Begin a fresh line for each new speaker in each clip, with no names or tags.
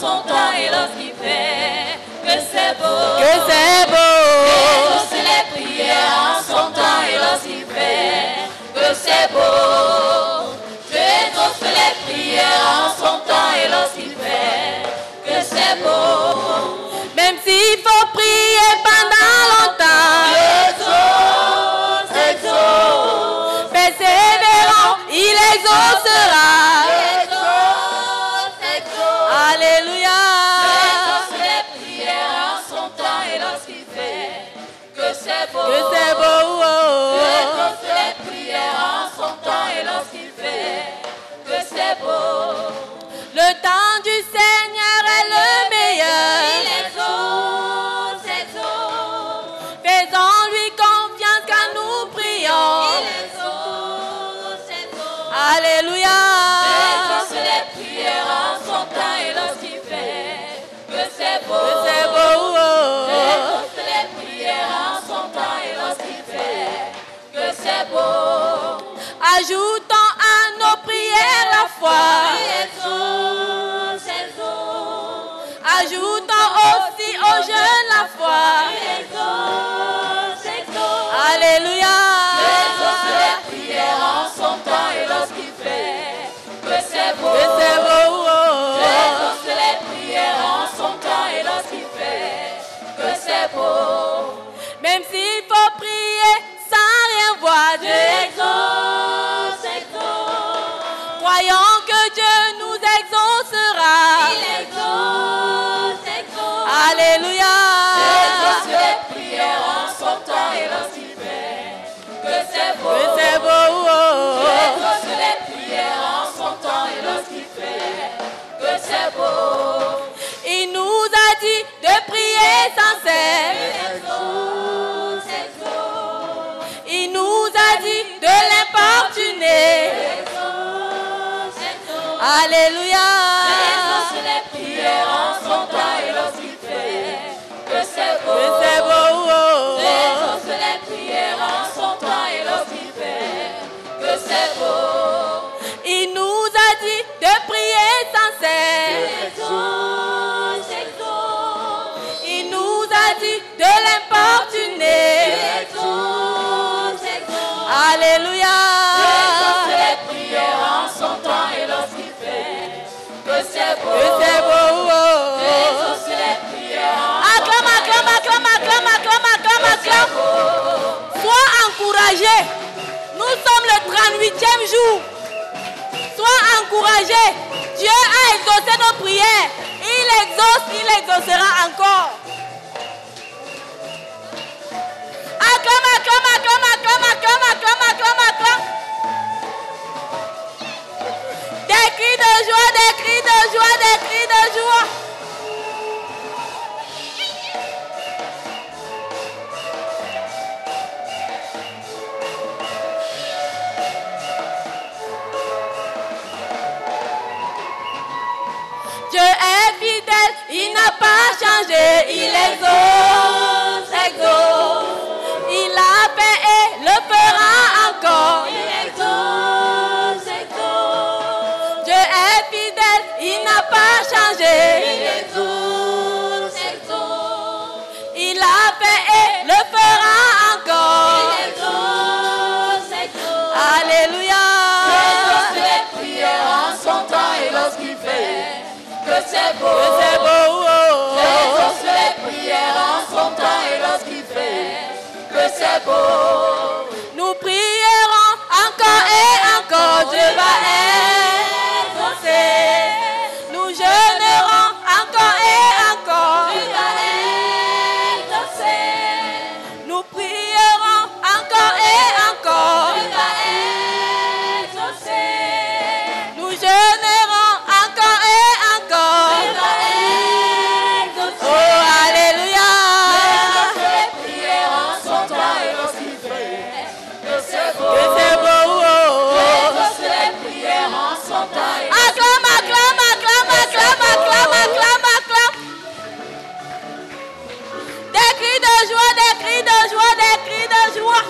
son temps et l'offre qu'il fait. Que c'est beau.
que c'est beau.
Exauce les prières en son temps et lorsqu'il fait que c'est beau. Je exauce les prières en son temps et lorsqu'il fait que c'est beau.
Même s'il faut prier pendant longtemps,
Exauce, exauce,
persévérant, il exaucera.
exauce, exauce.
Alléluia.
Exauce les prières en son temps et lorsqu'il fait que c'est beau.
Que c'est beau. oh, oh.
Exauce les prières en son temps et lorsqu'il fait que c'est beau.
Le temps du Seigneur est le
Il
meilleur.
exauce, exauce,
Faisons-lui confiance quand nous
il
prions.
exauce, exauce.
Alléluia.
Exauce les prières en son temps et lorsqu'il fait que c'est beau.
Que c'est beau. oh, oh.
Exauce les prières en son temps et lorsqu'il fait que c'est beau.
Ajoutons à nos prières la
Il
foi.
exauce, exauce,
Ajoutons aussi aux jeunes la foi.
il exauce, exauce.
Alléluia.
Exauce les prières en son temps et lorsqu'il fait que c'est beau.
Que c'est beau. oh,
Exauce les prières en son temps et lorsqu'il fait que c'est beau.
oh. Même s'il faut prier sans rien voir, Dieu
Exauce, exauce,
Croyons que Dieu nous
il
exaucera.
exauce, exauce.
Alléluia.
Exauce les prières en son temps et lorsqu'il fait que c'est
Que
beau.
c'est beau. oh, oh.
Exauce les prières en son temps et lorsqu'il fait que c'est beau.
Il nous a dit de prier sans cesse.
Exauce, exauce,
Il nous a dit de l'importuner.
exauce, exauce.
Alléluia.
Exauce les prières en son temps et lorsqu'il fait que c'est
Que
beau.
c'est beau. oh, oh.
Exauce les prières en son temps et lorsqu'il fait que c'est beau.
Il nous a dit de prier sans cesse.
Exauce, exauce,
Il nous a dit de l'importuner.
exauce, exauce.
Alléluia.
Exauce les prières en son temps et lorsqu'il fait que c'est
Que
beau.
c'est beau. oh, oh.
Exauce les prières en
Acclame, acclame, acclame, acclame, acclame, acclame, acclame. Sois encouragé. Nous sommes le 38e jour. Sois encouragé. Dieu a exaucé nos prières. Il exauce, il exaucera encore. Acclame, acclame, acclame, acclame, acclame, acclame, acclame, acclame. Des cris de joie, des cris de joie, des cris de joie. Dieu est fidèle, il n'a pas changé, il exauce, exauce. Il a fait et le fera encore.
Exauce, exauce,
Dieu est fidèle, il n'a pas changé.
exauce, exauce,
Il a fait et le fera encore.
exauce, exauce. Exauce
Alléluia.
les prières en son temps et lorsqu'il fait que c'est
Que
beau.
c'est beau. oh, oh.
Exauce les prières en son temps et lorsqu'il fait que c'est beau.
Nous prierons encore et encore, Dieu va exaucer. Nous jeûnerons encore et encore.
Tu vas exaucer,
Nous prierons encore et encore.
tu vas exaucer.
Nous jeûnerons encore et
Tu
encore.
vas exaucer.
Oh, Alléluia.
Les prières en son temps et lorsqu'il fait que c'est beau.
Que c'est beau. oh, oh.
Exauce les prières en son temps et
Acclame, acclame, acclame, acclame, acclame, acclame, acclame. Des cris de joie, des cris de joie, des cris de joie.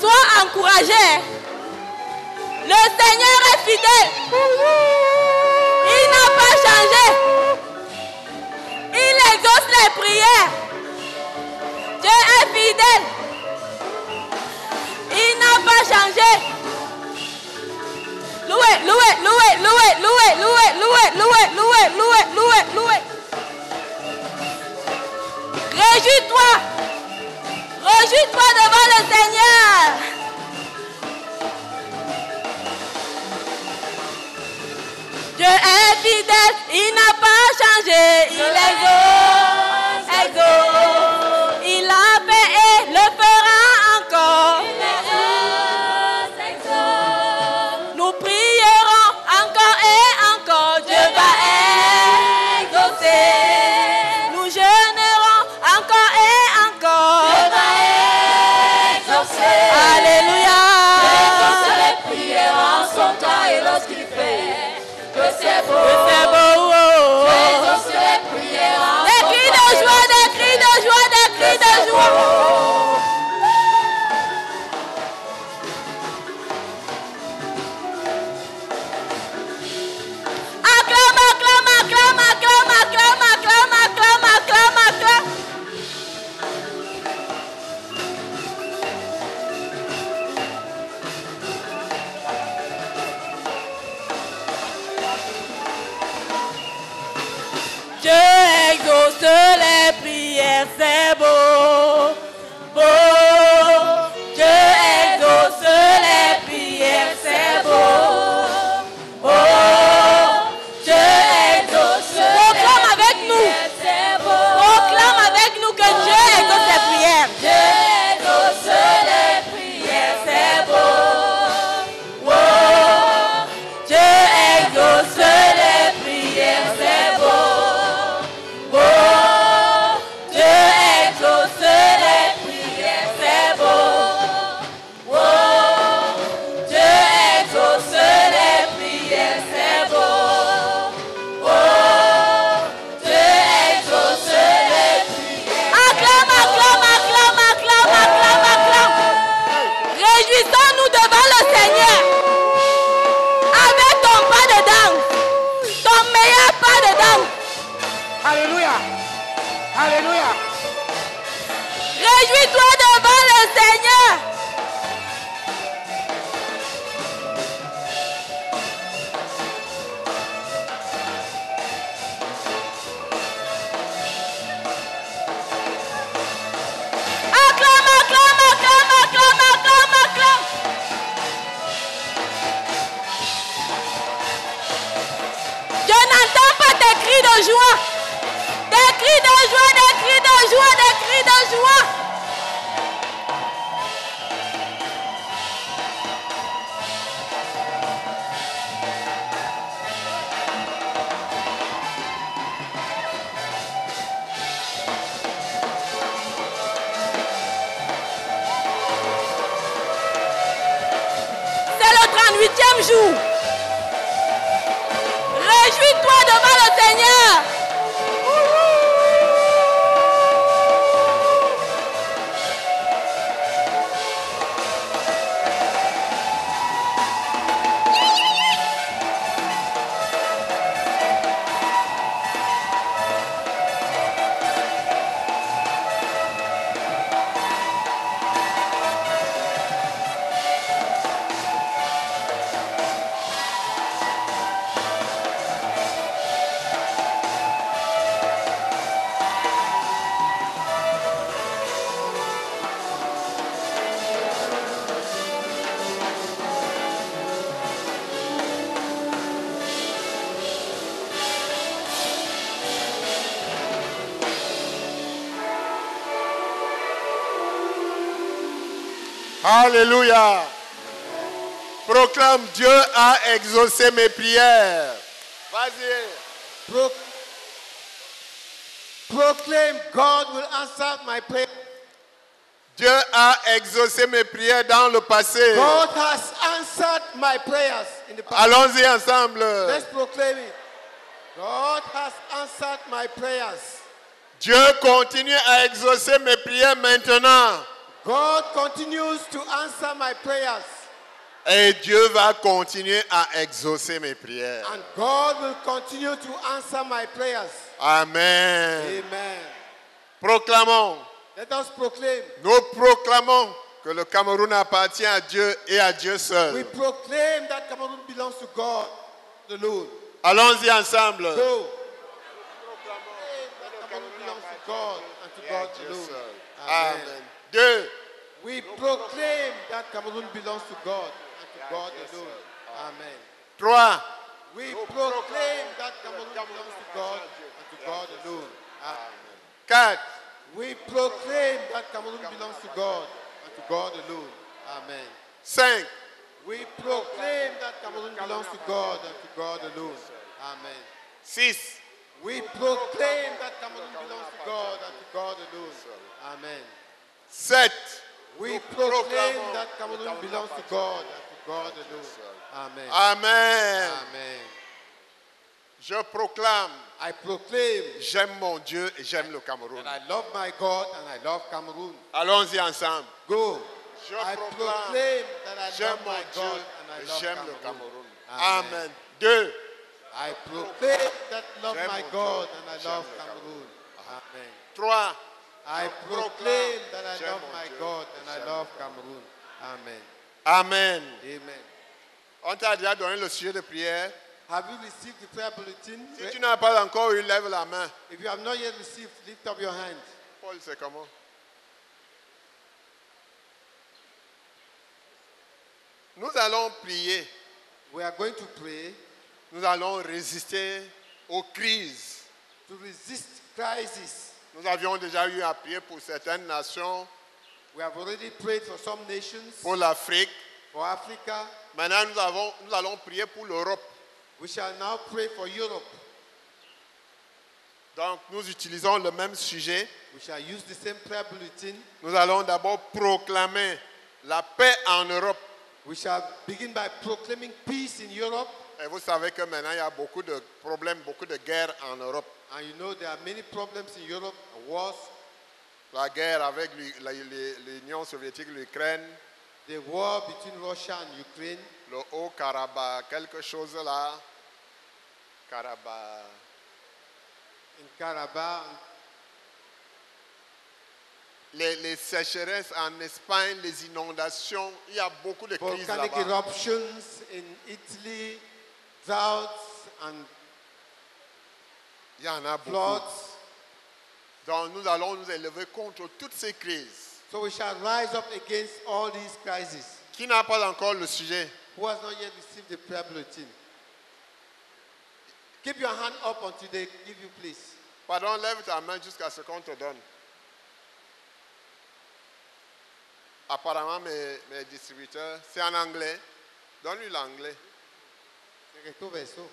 Sois encouragé. Le Seigneur est fidèle. Il n'a pas changé. prière. Dieu est fidèle. Il n'a pas changé. Loué, loué, loué, loué, loué, loué, loué, loué, loué, loué, loué, loué. Réjouis-toi. Réjouis-toi devant le Seigneur. Dieu est fidèle, il n'a pas changé. Il est beau, est beau. Il a fait et le fera encore. Nous prierons encore et encore. Dieu va exaucer. Nous jeûnerons encore et encore. Alléluia.
Que c'est beau,
C'est beau. oh.
exauce les prières en
Des cris de joie, des cris de joie, des cris de joie. Acclame, acclame, acclame, acclame, acclame, acclame, acclame, acclame, acclame. Dieu exauce les prières, c'est beau, beau. Dieu exauce les prières, c'est beau, beau. Dieu exauce. Proclame avec nous,
C'est beau,
proclame avec nous que Dieu exauce les prières.
Dieu exauce les prières, c'est beau.
Dieu exauce les prières, c'est beau, beau. Dieu exauce les prières, c'est beau, beau. Dieu exauce les prières, c'est beau, beau. Dieu exauce les prières. Acclame, acclame, acclame, acclame, acclame, acclame. Réjouissons-nous devant le Seigneur avec ton pas de danse, ton meilleur pas de danse.
Alléluia. Alléluia.
Réjouis-toi devant le Seigneur. Acclame, acclame, acclame, acclame, acclame, acclame. Je n'entends pas tes cris de joie. Des cris de joie, des cris de joie, des cris de joie. C'est le 38e jour. Réjouis-toi devant le Seigneur.
Alléluia. Proclame Dieu a exaucé mes prières. Vas-y.
Pro- proclaim God will answer my prayer.
Dieu a exaucé mes prières dans le passé.
God has answered my prayers in the past.
Allons-y ensemble.
Let's proclaim it. God has answered my prayers.
Dieu continue à exaucer mes prières maintenant.
God continues to answer my prayers.
Et Dieu va continuer à exaucer mes prières.
And God will continue to answer my prayers.
Amen.
Amen.
Proclamons,
Let us proclaim.
nous proclamons que le Cameroun appartient à Dieu et à Dieu
We
seul.
proclaim that Cameroon belongs to God alone.
Allons-y ensemble.
Go. Proclaim that Cameroon belongs to God and to God alone. Amen.
Amen. Deux,
We proclaim that Cameroon belongs to God and to God alone. Amen.
trois,
We proclaim that Cameroon belongs to God and to God alone. Amen.
quatre,
We proclaim that Cameroon belongs to God and to God alone. Amen.
cinq,
We proclaim that Cameroon belongs to God and to God alone. Amen.
six,
We proclaim that Cameroon belongs to God and to God alone. Amen.
sept.
We proclaim that Cameroon belongs to God and to God alone. Amen.
Amen.
Amen.
Je proclame,
I proclaim
j'aime mon Dieu et j'aime le Cameroun.
that I love my God and I love Cameroon.
Allons-y ensemble.
Go.
Je
I
proclame,
proclaim that I
J'aime
love
mon
my God
Dieu
and
et
I love
j'aime
Cameroon.
le Cameroun.
Amen.
Amen. Deux,
I proclaim that love
J'aime
my
mon
God
Dieu,
and I
j'aime
love
le
Cameroon. Amen.
trois,
I proclaim
proclame,
that I
j'aime
love
mon
my
Dieu,
God and I
j'aime
love Cameroon. Amen.
Amen.
Amen.
On t'a déjà donné le sujet de prière.
Have you received the prayer bulletin?
Si tu n'as pas encore eu, lève la main.
If you have not yet received, lift up your hand.
Paul, c'est comment Nous allons prier.
We are going to pray
Nous allons résister aux crises.
to resist crisis.
Nous avions déjà eu à prier pour certaines nations,
We have already prayed for some nations,
pour l'Afrique.
for Africa.
Maintenant, nous, avons- nous allons prier pour l'Europe.
We shall now pray for Europe.
Donc, nous utilisons le même sujet.
We shall use the same prayer bulletin.
Nous allons d'abord proclamer la paix en Europe.
We shall begin by proclaiming peace in Europe.
Et vous savez que maintenant, il y a beaucoup de problèmes, beaucoup de guerres en Europe.
And you know there are many problems in Europe, wars,
La guerre avec l'U- la- l'U- l'Union soviétique, l'Ukraine,
the war between Russia and Ukraine,
le Haut-Karabakh, quelque chose là. Karabakh.
in Karabakh,
Les, les sécheresses en Espagne, les inondations, il y a beaucoup de crises
volcanic
là-bas.
eruptions in Italy, droughts and
Il y en a beaucoup.
floods.
Donc nous allons nous élever contre toutes ces crises.
So we shall rise up against all these crises.
Qui n'a pas encore le sujet
Who has not yet received the prayer bulletin? Keep your hand up until they give you, please.
Pardon, lève ta main jusqu'à ce qu'on te donne. Apparemment, mes, mes distributeurs, c'est en anglais. Donne-lui l'anglais.
Recto verso.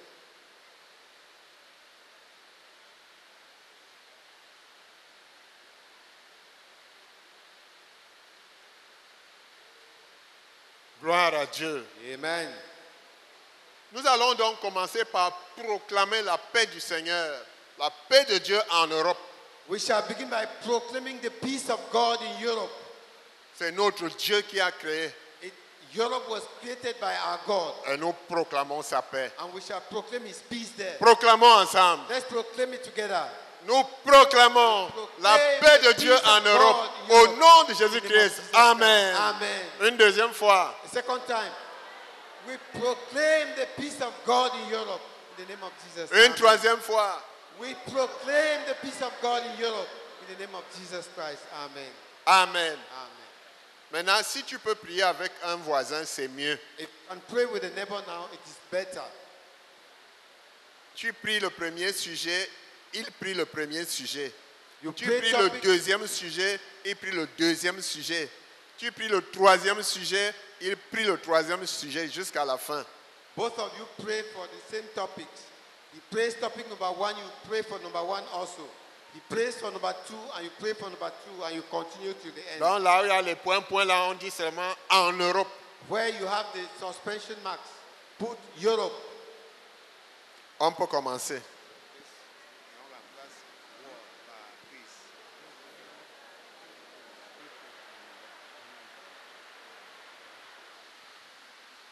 Gloire à Dieu.
Amen.
Nous allons donc commencer par proclamer la paix du Seigneur, la paix de Dieu en Europe.
We shall begin by proclaiming the peace of God in Europe.
C'est notre Dieu qui a créé
It, Europe was created by our God,
et nous proclamons sa paix.
and we shall proclaim His peace there.
Proclamons ensemble.
Let's proclaim it together.
Nous proclamons la paix de Dieu en Europe au nom de Jésus-Christ. Amen.
Amen.
Une deuxième fois.
The second time, we proclaim the peace of God in Europe in the name of Jesus.
Une
Amen.
troisième fois.
We proclaim the peace of God in Europe in the name of Jesus Christ. Amen.
Amen.
Amen.
Maintenant, si tu peux prier avec un voisin, c'est mieux.
If you can pray with a neighbor now, it is better.
Tu pries le premier sujet, il prie le premier sujet.
You
Tu
pray
pries le
topic-
deuxième sujet, il prie le deuxième sujet. Tu pries le troisième sujet, il prie le troisième sujet jusqu'à la fin.
Both of you pray for the same topic. He prays topic number one, you pray for number one also. He prays for number two, and you pray for number two, and you continue to the end.
Donc là où il y a les points, points, là on dit seulement en Europe.
Where you have the suspension marks, put Europe.
On peut commencer.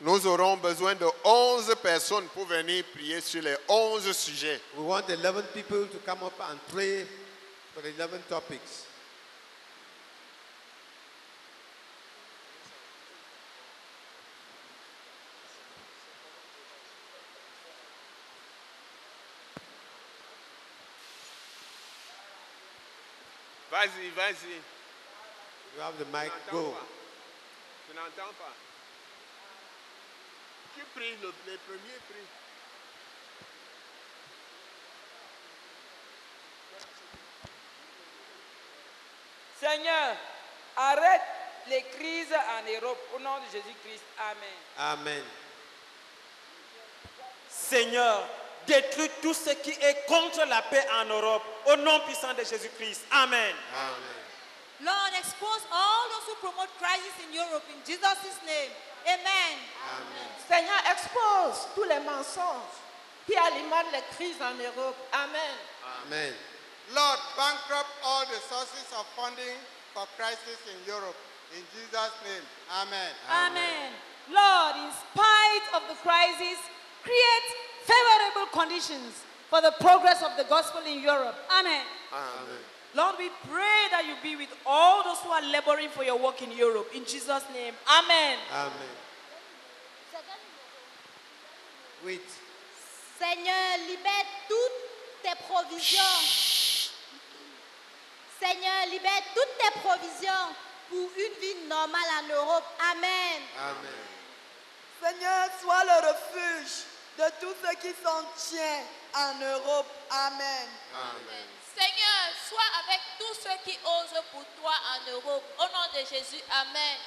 Nous aurons besoin de 11 personnes pour venir prier sur les 11 sujets.
We want 11 people to come up and pray for the 11 topics.
Vas-y, vas-y.
You have the mic,
Tu n'entends
go.
pas. Tu n'entends pas. Qui prie le, les premiers prix
Seigneur, arrête les crises en Europe. Au nom de Jésus-Christ. Amen.
Amen.
Seigneur, détruis tout ce qui est contre la paix en Europe. Au nom puissant de Jésus-Christ. Amen.
Lord, expose all those who promote crisis in Europe in Jesus' name. Amen.
Seigneur, expose tous les mensonges qui alimentent les crises en Europe. Amen.
Amen.
Lord, bankrupt all the sources of funding for crisis in Europe. In Jesus' name, amen.
Amen. Lord, in spite of the crisis, create favorable conditions for the progress of the gospel in Europe. Amen.
Lord, we pray that you be with all those who are laboring for your work in Europe. In Jesus' name. Amen.
Amen. Wait.
Seigneur, libère toutes tes provisions. Seigneur, libère toutes tes provisions pour une vie normale en Europe. Amen.
Amen.
Seigneur, sois le refuge de tout ce qui s'en tient en Europe. Amen.
Amen.
Seigneur, sois avec tous ceux qui osent pour toi en Europe. Au nom de Jésus, Amen.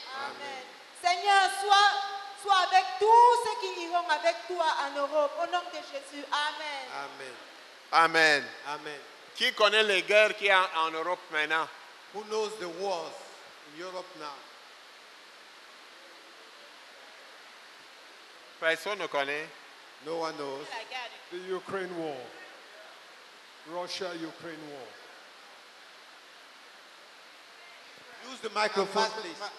Seigneur, sois, sois avec tous ceux qui iront avec toi en Europe. Au nom de Jésus. Amen.
Amen.
Amen.
Amen.
Qui connaît les guerres qu'il y a en Europe maintenant
Who knows the wars in Europe now?
Personne ne connaît.
No one knows.
The Ukraine war. Russia Ukraine war.
Use the microphone,
Pas-
please.
pa-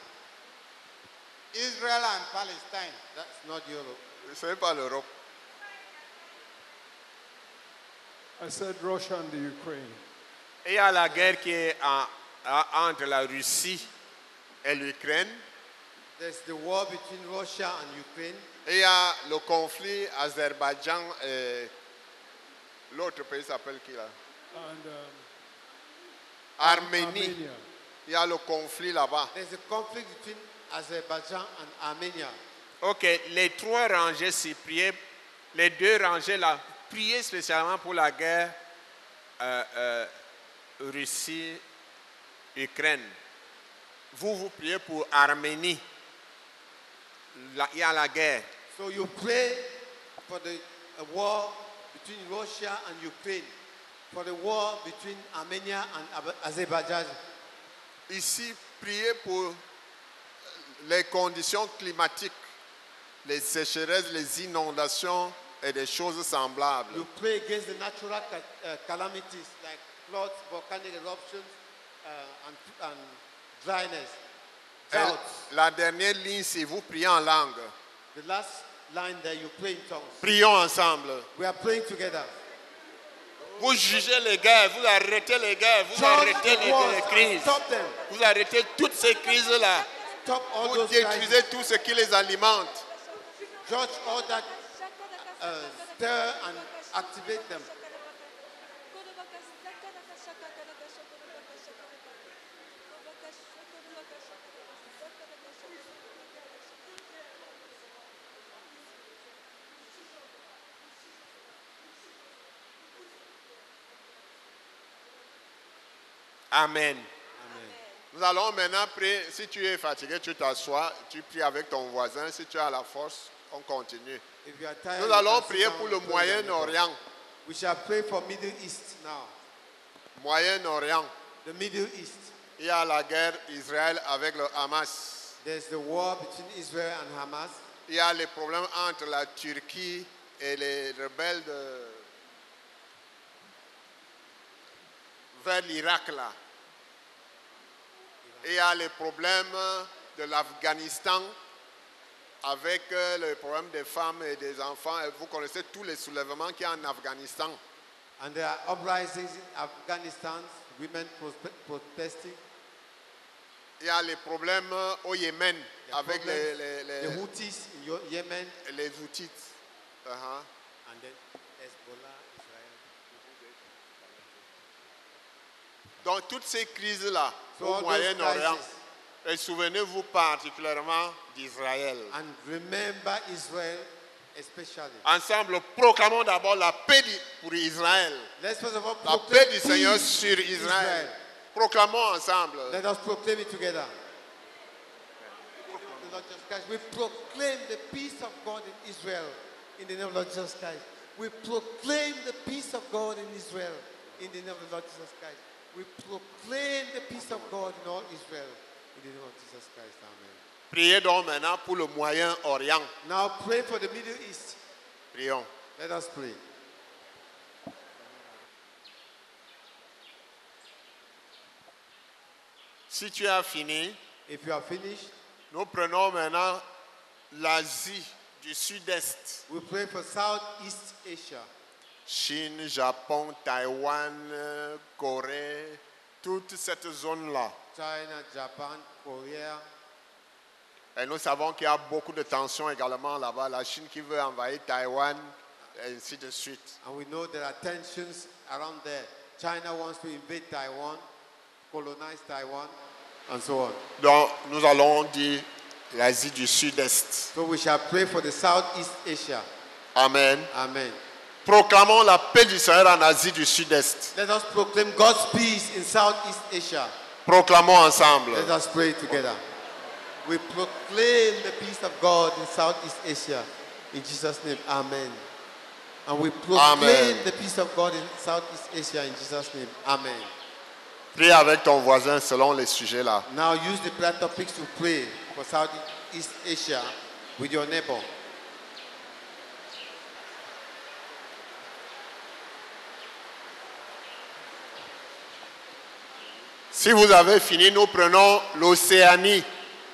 Israel and Palestine.
That's not Europe.
Ce n'est pas l'Europe.
I said Russia and the Ukraine.
Et il y a la guerre qui est en- en- entre la Russie et l'Ukraine.
There's the war between Russia and Ukraine.
Et il y a le conflit Azerbaïdjan et l'autre pays s'appelle qui là
And um,
Arménie.
Armenia.
Il y a le conflit là-bas.
There's a conflict between Azerbaijan and Armenia.
Ok, les trois rangées s'y priaient. Les deux rangées là, priaient spécialement pour la guerre euh, euh, Russie-Ukraine. Vous, vous priez pour Arménie. Là, Il y a la guerre.
So you pray for the uh, war between Russia and Ukraine, for the war between Armenia and Ab- Azerbaijan.
Ici, priez pour les conditions climatiques, les sécheresses, les inondations et des choses semblables.
You pray against the natural ca- uh, calamities like floods, volcanic eruptions, uh, and, and dryness,
Et
droughts.
la dernière ligne, c'est vous priez en langue.
The last line there, you pray in tongues.
Prions ensemble.
We are praying together.
Vous jugez les guerres, vous arrêtez les guerres, vous
Judge
arrêtez les,
the wars.
les crises.
Stop them.
Vous arrêtez toutes ces crises-là.
Stop all
Vous
those crises.
détruisez tout ce qui les alimente.
Judge all that uh, stir and activate them.
Amen.
Nous allons maintenant prier. Si tu es fatigué, tu t'assois, tu pries avec ton voisin. Si tu as la force, on continue.
If you are tired,
Nous
you
allons
can sit
prier
down
pour
and
le
pray on your
Moyen-Orient.
bed. We shall pray for Middle East now.
Moyen-Orient.
The Middle East.
Il y a la guerre Israël avec le Hamas.
There's the war between Israel and Hamas.
Il y a les problèmes entre la Turquie et les rebelles de... vers l'Irak là. Il y a les problèmes de l'Afghanistan avec euh, le problème des femmes et des enfants. Et Vous connaissez tous les soulèvements qu'il y a en Afghanistan.
And there are uprisings in Afghanistan, women prospe- protesting.
Il y a les problèmes au Yémen avec les,
problèmes,
les, les,
les Houthis in Yo- Yemen.
les Houthis. Uh-huh.
And then Hezbollah, Israel.
Donc toutes ces crises-là
So all
au
those
Moyen-Orient,
crises.
et souvenez-vous particulièrement d'Israël.
And remember Israel especially.
Ensemble, proclamons d'abord la paix di- pour Israël.
Let's first of all
La
proclaim
paix du Seigneur
peace
sur
in
Israël. Proclamons ensemble.
Let us proclaim it together. In the Lord Jesus Christ. We proclaim the peace of God in Israel in the name of Lord Jesus Christ. We proclaim the peace of God in Israel in the name of the Lord Jesus Christ. We proclaim the peace of God in all Israel in the name of Jesus Christ. Amen.
Priez donc maintenant pour le Moyen-Orient.
Now pray for the Middle East.
Prions.
Let us pray.
Si tu as fini,
If you are finished,
nous prenons maintenant l'Asie du Sud-Est.
we pray for Southeast Asia.
Chine, Japon, Taïwan, euh, Corée, toute cette zone-là.
China, Japan, Korea,
Et nous savons qu'il y a beaucoup de tensions également là-bas. La Chine qui veut envahir Taïwan, et ainsi de suite.
And we know there are tensions around there. China wants to invade Taiwan, colonize Taiwan, and so on.
Donc, nous allons dire l'Asie du Sud-Est.
So we shall pray for the Southeast Asia.
Amen.
Amen.
Proclamons la paix d'Israël en Asie du Sud-Est.
Let us proclaim God's peace in Southeast Asia.
Proclamons ensemble.
Let us pray together. We proclaim the peace of God in Southeast Asia. In Jesus' name, Amen. And we proclaim
Amen.
the peace of God in Southeast Asia in Jesus' name. Amen.
Prie avec ton voisin selon les sujets là.
Now use the prayer topics to pray for Southeast Asia with your neighbor.
Si vous avez fini, nous prenons l'Océanie.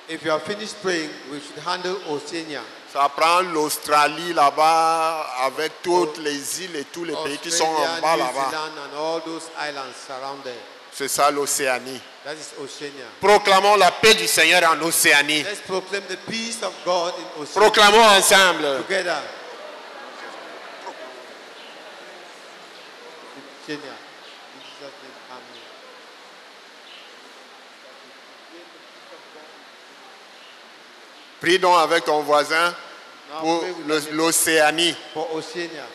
If you are finished praying, we should handle Oceania,
Ça prend l'Australie là-bas, avec toutes les îles et tous les pays qui sont en bas
New
là-bas.
Zealand, and all those islands surrounded.
C'est ça l'Océanie.
That is Oceania.
Proclamons la paix du Seigneur en Océanie.
Let's proclaim the peace of God in Oceania
Proclamons ensemble.
together. Oceania. In Jesus' name, Amen.
Prie donc avec ton voisin
Now
pour
pray with
le-
your neighbor
l'Océanie.
for Oceania.